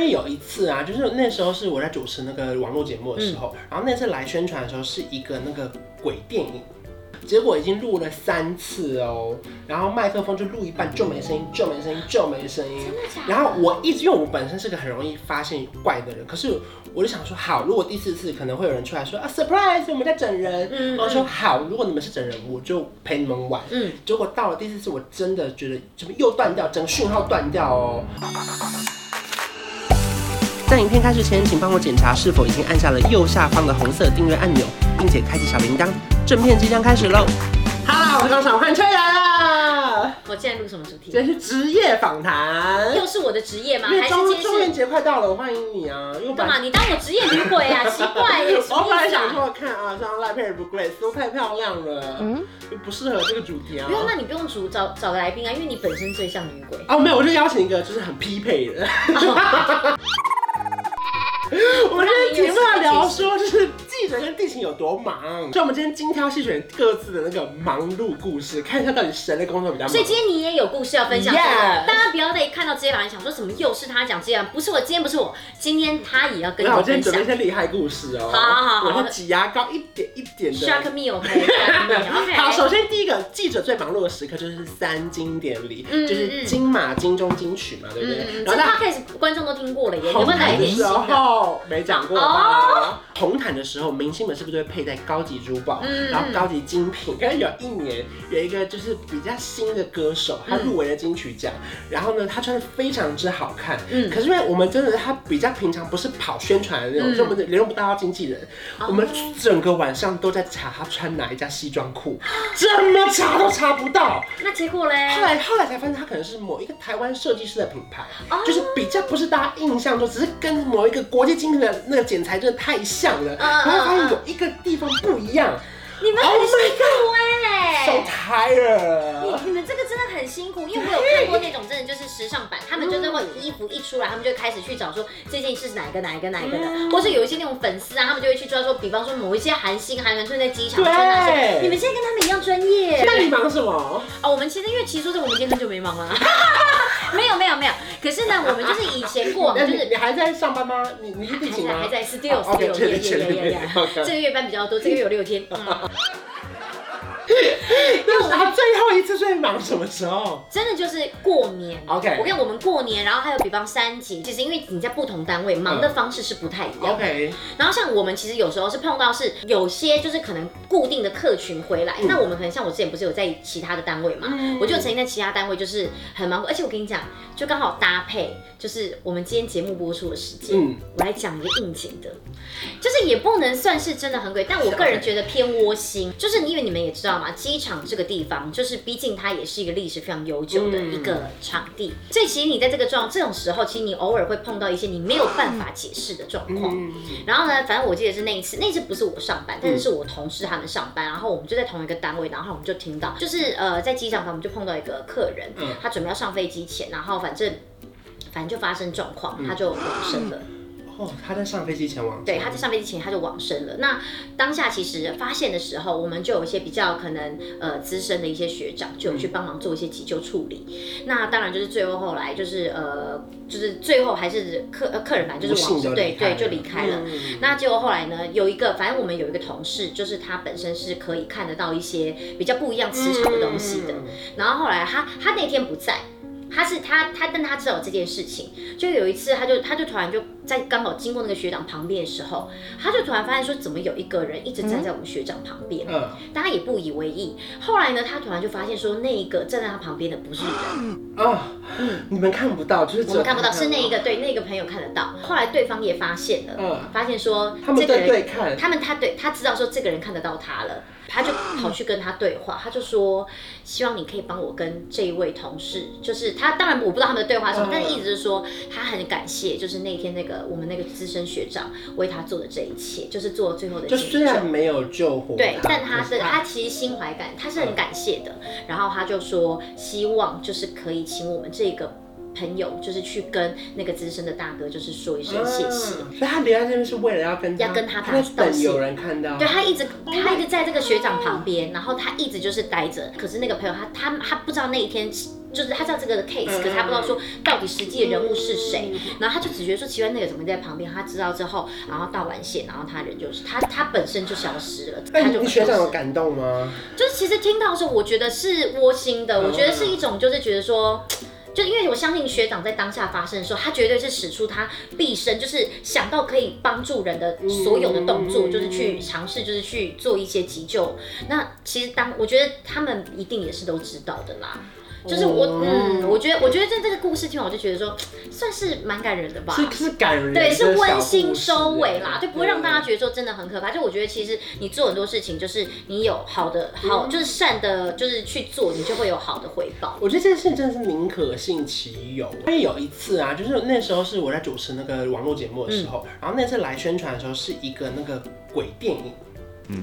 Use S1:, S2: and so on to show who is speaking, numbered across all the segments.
S1: 因为有一次啊，就是那时候是我在主持那个网络节目的时候，然后那次来宣传的时候是一个那个鬼电影，结果已经录了三次哦，然后麦克风就录一半就没声音，就没声音，就没声音。
S2: 真的假的？
S1: 然后我一直因为我本身是个很容易发现怪的人，可是我就想说，好，如果第四次可能会有人出来说啊，surprise，我们在整人，
S2: 嗯，嗯
S1: 我说好，如果你们是整人，我就陪你们玩。
S2: 嗯，
S1: 结果到了第四次，我真的觉得怎么又断掉，整个讯号断掉哦。在影片开始前，请帮我检查是否已经按下了右下方的红色订阅按钮，并且开启小铃铛。正片即将开始喽！哈喽，我是高爽，欢迎崔来啦！
S2: 我现在录什么主题？
S1: 这是职业访谈，
S2: 又是我的职业吗？
S1: 因为
S2: 还是
S1: 中
S2: 今天
S1: 中元
S2: 是
S1: 节快到了，我欢迎你啊！因为我本
S2: 干
S1: 来
S2: 嘛？你当我职业女 鬼啊？奇怪耶，什
S1: 我本
S2: 么
S1: 来
S2: 意思
S1: 想
S2: 啊？
S1: 说，看啊，像赖佩尔不贵，都太漂亮了，嗯，不适合这个主题啊
S2: 不。用，那你不用主找找个来宾啊，因为你本身最像女鬼。
S1: 哦，没有，我就邀请一个就是很匹配 的。我们这一题目要聊说，就是记者跟地勤有多忙，所以我们今天精挑细选各自的那个忙碌故事，看一下到底谁的工作比较忙
S2: 所以。今天你也有故事要分享
S1: Yes
S2: 大家不要再看到这些版想说什么又是他讲这样，不是我，今天不是我，今天他也要
S1: 没
S2: 跟
S1: 有，
S2: 你
S1: 我今天
S2: 分
S1: 准
S2: 享
S1: 备一。些厉害故事哦。
S2: 好好好好
S1: 我是挤牙膏一点一点的。
S2: Shark me OK Shark me 嗯 OK。
S1: 好，首先第一个记者最忙碌的时刻就是三经典礼，
S2: 嗯
S1: 就是金马、金钟、金曲嘛，对不对？
S2: 嗯，这
S1: 然后大家
S2: podcast 观众都听过了耶，有
S1: 红
S2: 没有来
S1: 毯
S2: 一
S1: 的
S2: 点新
S1: 时
S2: 的？
S1: 候没讲过吧？红毯的时候，明星们是不是都会佩戴高级珠宝，
S2: 哦嗯
S1: 然后高级精品？刚才有一年有一个就是比较新的歌手，他入围了金曲奖，然后呢，他穿的非常之好看。
S2: 嗯
S1: 可是因为我们真的他比较平常，不是跑宣传的那种，
S2: 嗯哦
S1: 所以我们联络不到他经纪人，我们整个晚上都在查他穿哪一家西装裤，怎么查都查不到。
S2: 那结果嘞？
S1: 后来后来才发现，它可能是某一个台湾设计师的品牌
S2: 哦，
S1: 就是比较不是大家印象中，只是跟某一个国际精品的那个剪裁真的太像了，
S2: 嗯
S1: 然后发
S2: 嗯
S1: 现
S2: 嗯
S1: 有一个地方不一样
S2: 你们很
S1: Oh my
S2: 辛苦哎、
S1: ，so tired。
S2: 你你们这个真的很辛苦，因为我有看过那种真的就是时尚版，他们就是会衣服一出来，他们就会开始去找说这件是哪一个哪一个哪一个
S1: 嗯
S2: 的，或是有一些那种粉丝啊，他们就会去抓说，比方说某一些韩星、韩元春在机场
S1: 对
S2: 穿哪些，你们现在跟他们一样专业
S1: 那你忙什么？
S2: 哦。我们其实因为其实说真的，我们今天很久没忙了， 没有没有没有，可是呢，我们就是以前过往
S1: 那
S2: 哦就
S1: 你
S2: 是。
S1: 你还在上班吗？你你是地勤吗？哦
S2: 还在还在 still
S1: o k
S2: still
S1: 确
S2: yeah
S1: 认确
S2: yeah
S1: 认
S2: yeah yeah，这个月班比较多，这个月有六天。嗯
S1: 那他最后一次最忙什么时候？
S2: 真的就是过年
S1: OK
S2: 我跟我们过年，然后还有比方三节，其实因为你在不同单位忙的方式是不太一样。
S1: OK，
S2: 然后像我们其实有时候是碰到是有些就是可能固定的客群回来，
S1: 嗯
S2: 那我们可能像我之前不是有在其他的单位嘛，
S1: 嗯
S2: 我就曾经在其他单位就是很忙，而且我跟你讲，就刚好搭配就是我们今天节目播出的时间，
S1: 嗯
S2: 我来讲一个应景的，就是也不能算是真的很鬼，但我
S1: 啊
S2: 个人觉得偏窝心。就是因为你们也知道嘛，机场这个地方，就是毕竟它也是一个历史非常悠久的
S1: 嗯
S2: 一个场地，所以其实你在这个状这种时候，其实你偶尔会碰到一些你没有办法解释的状况。
S1: 嗯，
S2: 然后呢，反正我记得是那一次，那一次不是我上班，但是是我同事他们上班，然后我们就在同一个单位，然后我们就听到，就是呃，在机场旁我们就碰到一个客人，
S1: 嗯
S2: 他准备要上飞机前，然后反正反正就发生状况，
S1: 嗯
S2: 他就往生了。
S1: 哦，他在上飞机前往
S2: 对，他在上飞机前他就往生了。那当下其实发现的时候，我们就有一些比较可能呃资深的一些学长就有
S1: 嗯
S2: 去帮忙做一些急救处理。那当然就是最后后来就是呃就是最后还是客呃客人反正就是往
S1: 不幸地
S2: 生对
S1: 离开
S2: 对
S1: 了嗯
S2: 就离开了。那结果后来呢，有一个反正我们有一个同事，就是他本身是可以看得到一些比较不一样磁场的东西的。
S1: 嗯
S2: 然后后来他他那天不在，他是他他，但他知道有这件事情。就有一次，他就他就突然就在刚好经过那个学长旁边的时候，他就突然发现说，怎么有一个人一直站在我们学长旁边，
S1: 嗯
S2: 但他也不以为意。后来呢，他突然就发现说，那一个站在他旁边的不是人，
S1: 啊，你们看不到，就是只
S2: 嗯
S1: 有
S2: 我们看不到，是那一
S1: 个，
S2: 个对那个朋友看得到。后来对方也发现了，
S1: 嗯，
S2: 发现说
S1: 他们
S2: 这个
S1: 对
S2: 人
S1: 对看，
S2: 他们他对他知道说这个人看得到他了，他 就跑去跟他对话，他就说希望你可以帮我跟这一位同事，就是他当然我不知道他们的对话是什么
S1: 嗯，
S2: 但意思是说他很感谢，就是那天那个我们那个资深学长为他做的这一切，就是做最后的
S1: 就
S2: 解
S1: 虽
S2: 救。
S1: 然没有救活，
S2: 对，但他是
S1: 可
S2: 他其实心怀感，他是很感谢的。然后他就说，希望就是可以请我们这个朋友就是去跟那个资深的大哥就是说一声谢谢。
S1: 啊所以他留在这边是为了要跟
S2: 要跟他
S1: 他在
S2: 打道
S1: 等
S2: 谢
S1: 有人看到，
S2: 对他一直他一直在这个学长旁边，然后他一直就是待着。可是那个朋友他他他不知道那一天是就是他知道这个 case，
S1: 嗯
S2: 可是他不知道说到底实际的人物是谁。然后他就只觉得说奇怪，那个怎么在旁边？他知道之后，然后道完谢，然后他人就是他他本身就消失了，
S1: 那
S2: 他
S1: 哎你
S2: 就
S1: 你学长
S2: 消失
S1: 有感动吗？
S2: 就是其实听到的时候，我觉得是窝心的，我觉得是一种就是觉得说。就因为我相信学长在当下发生的时候，他绝对是使出他毕生就是想到可以帮助人的所有的动作，
S1: 嗯
S2: 就是去尝试，就是去做一些急救。那其实当我觉得他们一定也是都知道的啦。就是我，
S1: 哦
S2: 嗯，我觉得，我觉得在这个故事听完，我就觉得说，算是蛮感人的吧。
S1: 是是感人的小啊
S2: 对，
S1: 故事，
S2: 是温馨收尾啦，就不会让大家
S1: 对。
S2: 觉得说真的很可怕。就我觉得其实你做很多事情，就是你有好的
S1: 嗯
S2: 好，就是善的，就是去做，你就会有好的回报。
S1: 我觉得这件事真的是宁可信其有。因为有一次啊，就是那时候是我在主持那个网络节目的时候，然后那次来宣传的时候是一个那个鬼电影，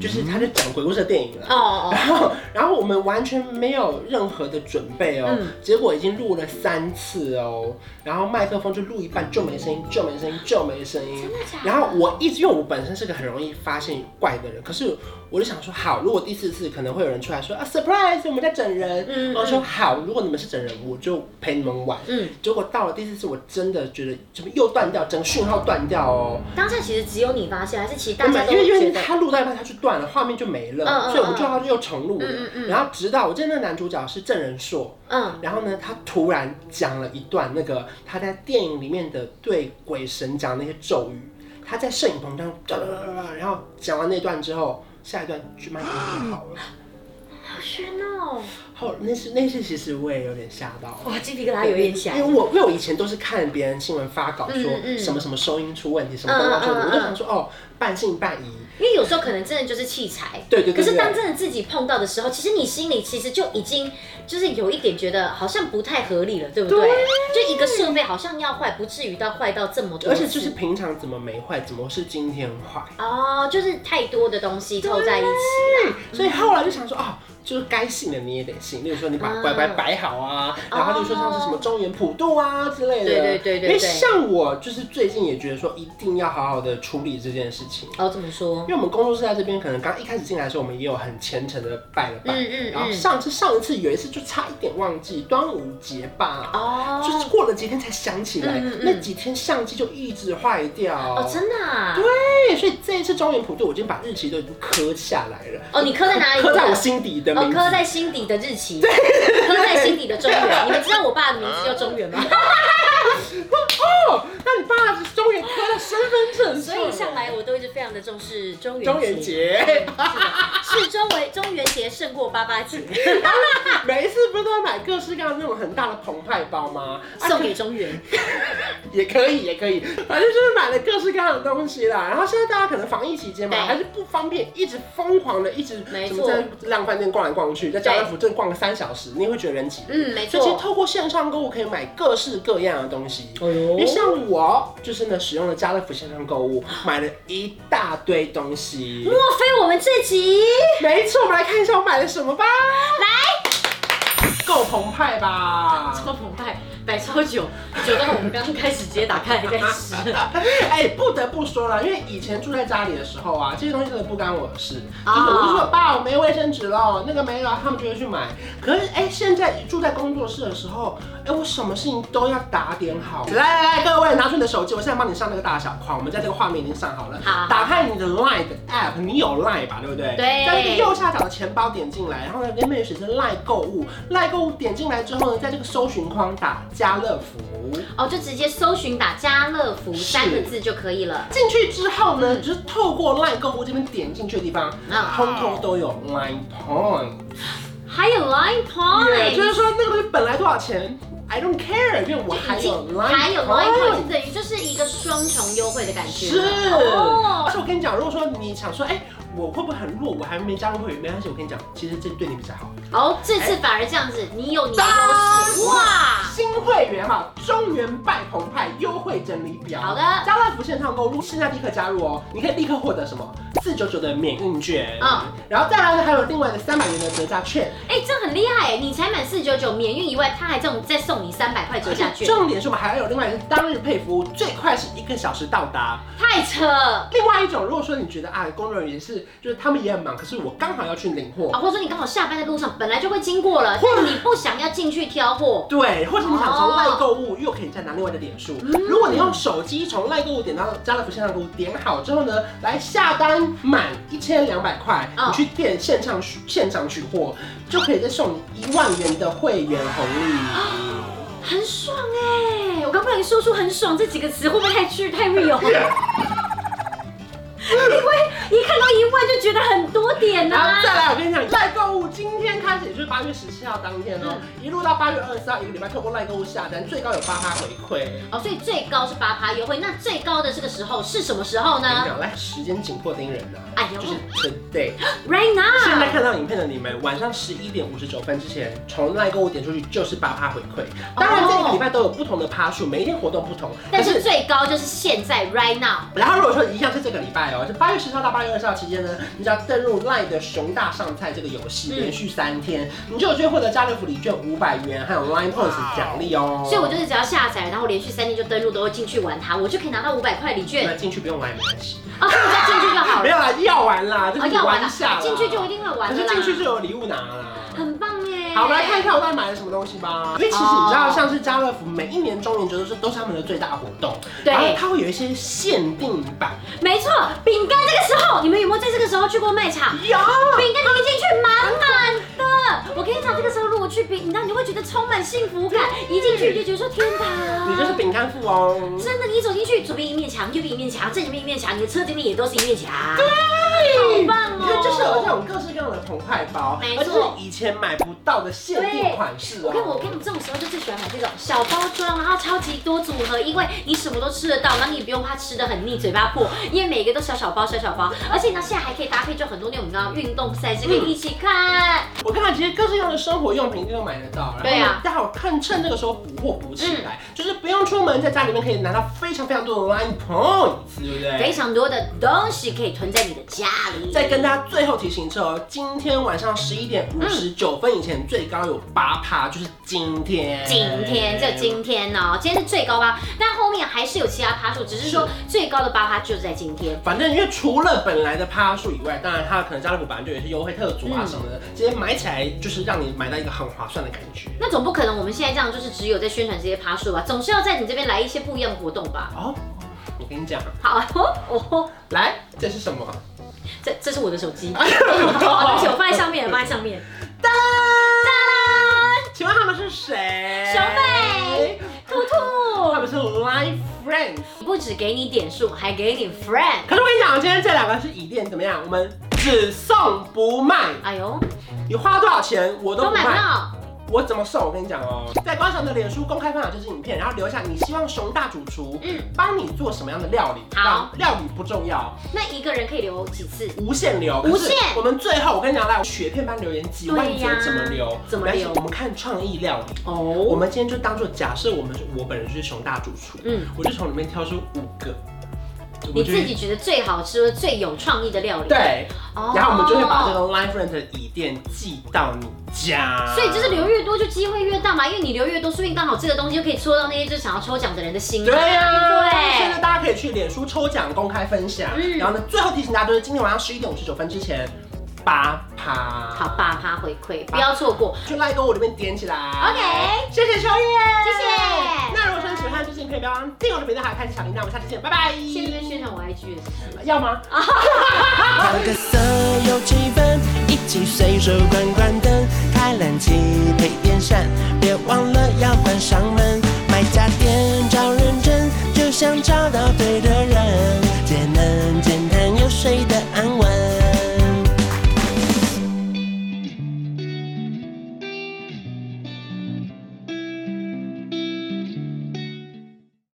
S1: 就是他就讲鬼故事的电影啦。
S2: 哦哦，
S1: 然后，然后我们完全没有任何的准备哦，结果已经录了三次哦，然后麦克风就录一半就没声音，就没声音，就没声音。
S2: 假
S1: 然后我一直因为我本身是个很容易发现怪的人，可是我就想说，好，如果第四次可能会有人出来说啊，surprise，我们在整人，
S2: 嗯
S1: 我说好，如果你们是整人，我就陪你们玩。
S2: 嗯，
S1: 结果到了第四次，我真的觉得怎么又断掉，整个讯号断掉哦。
S2: 当下其实只有你发现，还是其实大
S1: 根
S2: 家
S1: 本
S2: 都
S1: 因为因
S2: 觉
S1: 为
S2: 得，
S1: 他录到一半他就断了，画面就没了，
S2: 嗯嗯
S1: 所以我们
S2: 嗯
S1: 就要又重录了。然后直到我记得那个男主角是郑仁硕，
S2: 嗯，
S1: 然后呢，他突然讲了一段那个他在电影里面的对鬼神讲的那些咒语，他在摄影棚这样哒哒哒哒哒，然后讲完那段之后，下一段就慢慢就好了。
S2: 好喧哦，
S1: 后那是那是其实我也有点吓到。
S2: 哇，鸡皮疙瘩有点起来
S1: 因为。我因为我以前都是看别人新闻发稿
S2: 嗯
S1: 说
S2: 嗯
S1: 什么什么收音出问题，什么灯光出问题，
S2: 嗯嗯嗯
S1: 我就想说哦，半信半疑。
S2: 因为有时候可能真的就是器材，
S1: 对对对对
S2: 可是当真的自己碰到的时候，其实你心里其实就已经就是有一点觉得好像不太合理了，对不对？就一个设备好像要坏，不至于到坏到这么多次，
S1: 而且就是平常怎么没坏，怎么是今天坏？
S2: 哦，就是太多的东西凑在一起啦。
S1: 所以后来就想说，哦，就是该信的你也得信，例如说你把
S2: 嗯
S1: 乖乖摆好啊，然后例如说像是什么中原普渡啊之类的。
S2: 对对对对对
S1: 因为像我就是最近也觉得说，一定要好好的处理这件事情。
S2: 哦，怎么说
S1: 因？为我们工作室在这边，可能刚一开始进来的时候，我们也有很虔诚的拜了拜。
S2: 嗯嗯
S1: 然后
S2: 嗯。
S1: 上次上一次有一次就差一点忘记端午节吧，就
S2: 哦
S1: 是过了几天才想起来，
S2: 嗯嗯嗯
S1: 那几天相机就一直坏掉。
S2: 哦，真的、啊？
S1: 对，所以这一次中原普渡，我已经把日期都已经刻下来了。
S2: 哦，你刻在哪里？
S1: 刻在我心底的
S2: 哦，
S1: 名字。
S2: 刻在心底的日期，刻在心底的中原。你们知道我爸的名字叫中原吗？
S1: 哦，那你爸是中原刻在身份证
S2: 所
S1: 上。
S2: 以向来我都一直非常的重视中原
S1: 中元
S2: 节，
S1: 节，
S2: 是中为中元节胜过八八 节，
S1: 每一次不是都要买各式各样的那种很大的澎湃包吗？啊
S2: 送给中原。
S1: 也可以，也可以，反正就是买了各式各样的东西啦。然后现在大家可能防疫期间嘛，
S2: 对
S1: 还是不方便，一直疯狂的，一直
S2: 没
S1: 什
S2: 错
S1: 么在量贩店逛来逛去，在家乐福正逛了三小时，你也会觉得人挤。
S2: 嗯，没
S1: 所以其实
S2: 错。
S1: 透过线上购物可以买各式各样的东西。
S2: 哦
S1: 因为像我就是呢，使用了家乐福线上购物，买了一大堆东西。
S2: 莫非我们这集
S1: 没错，我们来看一下我买了什么吧。来，够澎湃吧？
S2: 超澎湃，摆超久，久到我们刚刚开始直接打开来在吃。
S1: 哎、不得不说了，因为以前住在家里的时候啊，这些东西真的不干我的事。
S2: 啊
S1: 就是我就说爸，我没卫生纸了，那个没了，他们就会去买。可是哎、现在住在工作室的时候，哎、我什么事情都要打点好。来来来，各位拿出你的手机，我现在帮你上那个大小框，我们在这个画面已经上好了。
S2: 好
S1: 打开你的 Line 的 App，你有 Line 吧，对不对？
S2: 对
S1: 在那个右下角的钱包点进来，然后呢，那边有写着 Line 购物，Line 购物点进来之后呢，在这个搜寻框打家乐福。
S2: 哦，就直接搜寻打家乐福三个字就可以了。
S1: 进去之后呢，就是透过 LINE 购物这边点进去的地方，
S2: 嗯啊
S1: 通通都有 LINE point。
S2: 还有 Line
S1: 对，就
S2: Point，
S1: 是说那个东西本来多少钱，I don't care，因为我还
S2: 已
S1: 有
S2: 经
S1: LINE
S2: 还有 Line
S1: point
S2: Point，等于就是一个双重优惠的感觉。
S1: 是，
S2: 哦
S1: 而且我跟你讲，如果说你想说，哎、我会不会很弱？我还没加入会员，没关系，我跟你讲，其实这对你比较好。
S2: 哦，这次反而这样子，你有你的优势，哇！
S1: 新会员哈，中原拜澎湃优惠整理表。
S2: 好的
S1: 家乐福线上购入，现在立刻加入哦，你可以立刻获得什么四九九的免运券，
S2: 嗯
S1: 然后再来呢还有另外的三百元的折价券。
S2: 哎、这很厉害，你才满四九九免运以外，他还这种再送你三百块折价券，
S1: 重点是我们还有另外一个当日配服务，最快是一个小时到达。
S2: 太扯了！
S1: 另外一种，如果说你觉得啊，工作人员是就是他们也很忙，可是我刚好要去领货，
S2: 啊，或者说你刚好下班的路上本来就会经过了，
S1: 或
S2: 但你不想要进去挑货，
S1: 对，或者你想
S2: 哦
S1: 从赖购物，又可以再拿另外的点数。如果你用手机从赖购物点到家乐福线上购物，点好之后呢，来下单满一千两百块，
S2: 嗯
S1: 你去店现场取现场取货，就可以再送你一万元的会员红利。
S2: 很爽哎、我刚不小心说出“很爽”这几个词，会不会太去太 real？一看到一万就觉得很多点啊
S1: 然后
S2: 呐、
S1: 再来，我跟你讲，赖购物今天开始，也就是八月十七号当天哦，
S2: 嗯
S1: 一路到八月二十号，一个礼拜透过赖购物下单，最高有八趴回馈。
S2: 哦，所以最高是八趴优惠，那最高的这个时候是什么时候
S1: 我跟你
S2: 呢
S1: 讲，来时间紧迫盯人呐、啊，
S2: 哎呦
S1: 就是 today。
S2: ？Right
S1: 现在
S2: now，
S1: 看到影片的你们，晚上十一点五十九分之前，从赖购物点出去就是八趴回馈。当然，这一个礼拜都有不同的趴数，每一天活动不同。
S2: 哦但是最高就是现在 right now。
S1: 然后如果说一样是这个礼拜哦，就八月十号到八月二十号期间呢，你只要登录赖的熊大上菜这个游戏，
S2: 嗯
S1: 连续三天，你就有机会获得家乐福礼券五百元，还有 Line Points 奖励哦。
S2: 所以我就是只要下载，然后连续三天就登录，都会进去玩它，我就可以拿到五百块礼
S1: 那
S2: 券
S1: 进去不用玩也没关系，
S2: 啊，所以我只要进去就好
S1: 没
S2: 了。
S1: 有啦，要玩啦，就
S2: 啊，
S1: 是
S2: 要玩
S1: 玩一
S2: 了
S1: 下啦，，
S2: 进去就一定会玩
S1: 可
S2: 的
S1: 是
S2: 啦。
S1: 进去就有礼物拿啦。
S2: 很棒哎。
S1: 好，我们来看一看我到底买了什么东西吧。因为其实你知道，像是家乐福每一年中元节都是都是他们的最大活动，
S2: 对
S1: 然后它会有一些限定版，
S2: 没错，饼干这个时候，你们有没有在这个时候去过卖场？
S1: 有
S2: 饼干你一进去满满的，我跟你讲，这个时候如果去饼，你知道你会觉得充满幸福感，一进去你就觉得说天堂。
S1: 你就是饼干富翁。
S2: 真的，你一走进去，左边一面墙，右边一面墙，正前面一面墙，你的车前面也都是一面墙。好棒哦
S1: 它就是有这种各式各样的澎湃包，
S2: 没
S1: 而且是
S2: 错
S1: 以前买不到的限定款式
S2: 我
S1: 哦。
S2: 看我看你这种时候就最喜欢买这种小包装，然后超级多组合，因为你什么都吃得到，然后你也不用怕吃的很腻，嘴巴破，因为每个都小小包小小包，而且呢现在还可以搭配就很多那种你知道运动赛事可以
S1: 嗯
S2: 一起看，
S1: 我看到其实各式各样的生活用品都买得到，然后
S2: 对啊嗯
S1: 大家有看趁这个时候补货补起来，就是不用出门，在家里面可以拿到非常非常多的 line points，对不对？
S2: 非常多的东西可以囤在你的家里。
S1: 再跟大家最后提醒一次哦，今天晚上十一点五十九分以前最高有八趴，就是今天。
S2: 今天就今天哦，今天是最高吧，但后面还是有其他趴数，只是说最高的八趴就是在今天。
S1: 反正因为除了本来的趴数以外，当然它可能家乐福本来就有一些优惠特组啊
S2: 嗯
S1: 什么的，这些买起来就是让你买到一个很划算的感觉。
S2: 那总不可能我们现在这样就是只有在宣传这些趴数吧，总是要在你这边来一些不一样的活动吧。
S1: 哦，我跟你讲，
S2: 好哦哦，
S1: 来这是什么？
S2: 这这是我的手机，哦对不起，我放在上面，放在上面。
S1: 哒，
S2: 当
S1: 请问他们是谁？
S2: 小美，兔
S1: 他
S2: 兔，
S1: 们是 Life Friends。
S2: 不止给你点数，还给你 friend。
S1: 可是我跟你讲，今天这两个是椅垫怎么样？我们只送不卖，
S2: 哎呦，
S1: 你花多少钱我都
S2: 都
S1: 不
S2: 买不
S1: 卖。
S2: 到。
S1: 我怎么送？我跟你讲哦，在观赏的脸书公开分享这支影片，然后留下你希望熊大主厨
S2: 嗯
S1: 帮你做什么样的料理。
S2: 好，
S1: 料理不重要，
S2: 那一个人可以留几次？
S1: 无限留。
S2: 无
S1: 可
S2: 限
S1: 是我们最后，我跟你讲，来雪片般留言，几万
S2: 对
S1: 则
S2: 呀
S1: 怎么留？
S2: 怎么
S1: 没关系
S2: 留
S1: 我们看创意料理。
S2: 哦，
S1: 我
S2: 我
S1: 们今天就当做假设，我们我本人就是熊大主厨，
S2: 嗯，
S1: 我就从里面挑出五个，我
S2: 你
S1: 们就
S2: 自己觉得最好吃、最有创意的料理。
S1: 对，
S2: 哦
S1: 然后我们就会把这个 Live Rent 的椅垫寄到你家。
S2: 所以就是留越多就机会越大嘛，因为你留越多，说不定刚好这个东西就可以戳到那些就是想要抽奖的人的心。啊
S1: 对呀、
S2: 对
S1: 现在大家可以去脸书抽奖公开分享，
S2: 嗯
S1: 然后呢，最后提醒大家就是今天晚上十一点五十九分之前，八趴，
S2: 好，，八趴回馈，不要错过。
S1: 去赖购物里面点起来。
S2: OK
S1: 谢谢秋叶，
S2: 谢谢
S1: 那如果说你喜欢看这期，可以不要忘了订阅我的频道，还有开启小铃铛。我们下期见，拜拜。
S2: 现在在宣传我 IG 的事情。
S1: 要吗？
S3: 调个色有气氛，一起随手关关灯，开冷气配电扇，别忘了要关上门。买家电找认真，就像找到对的人。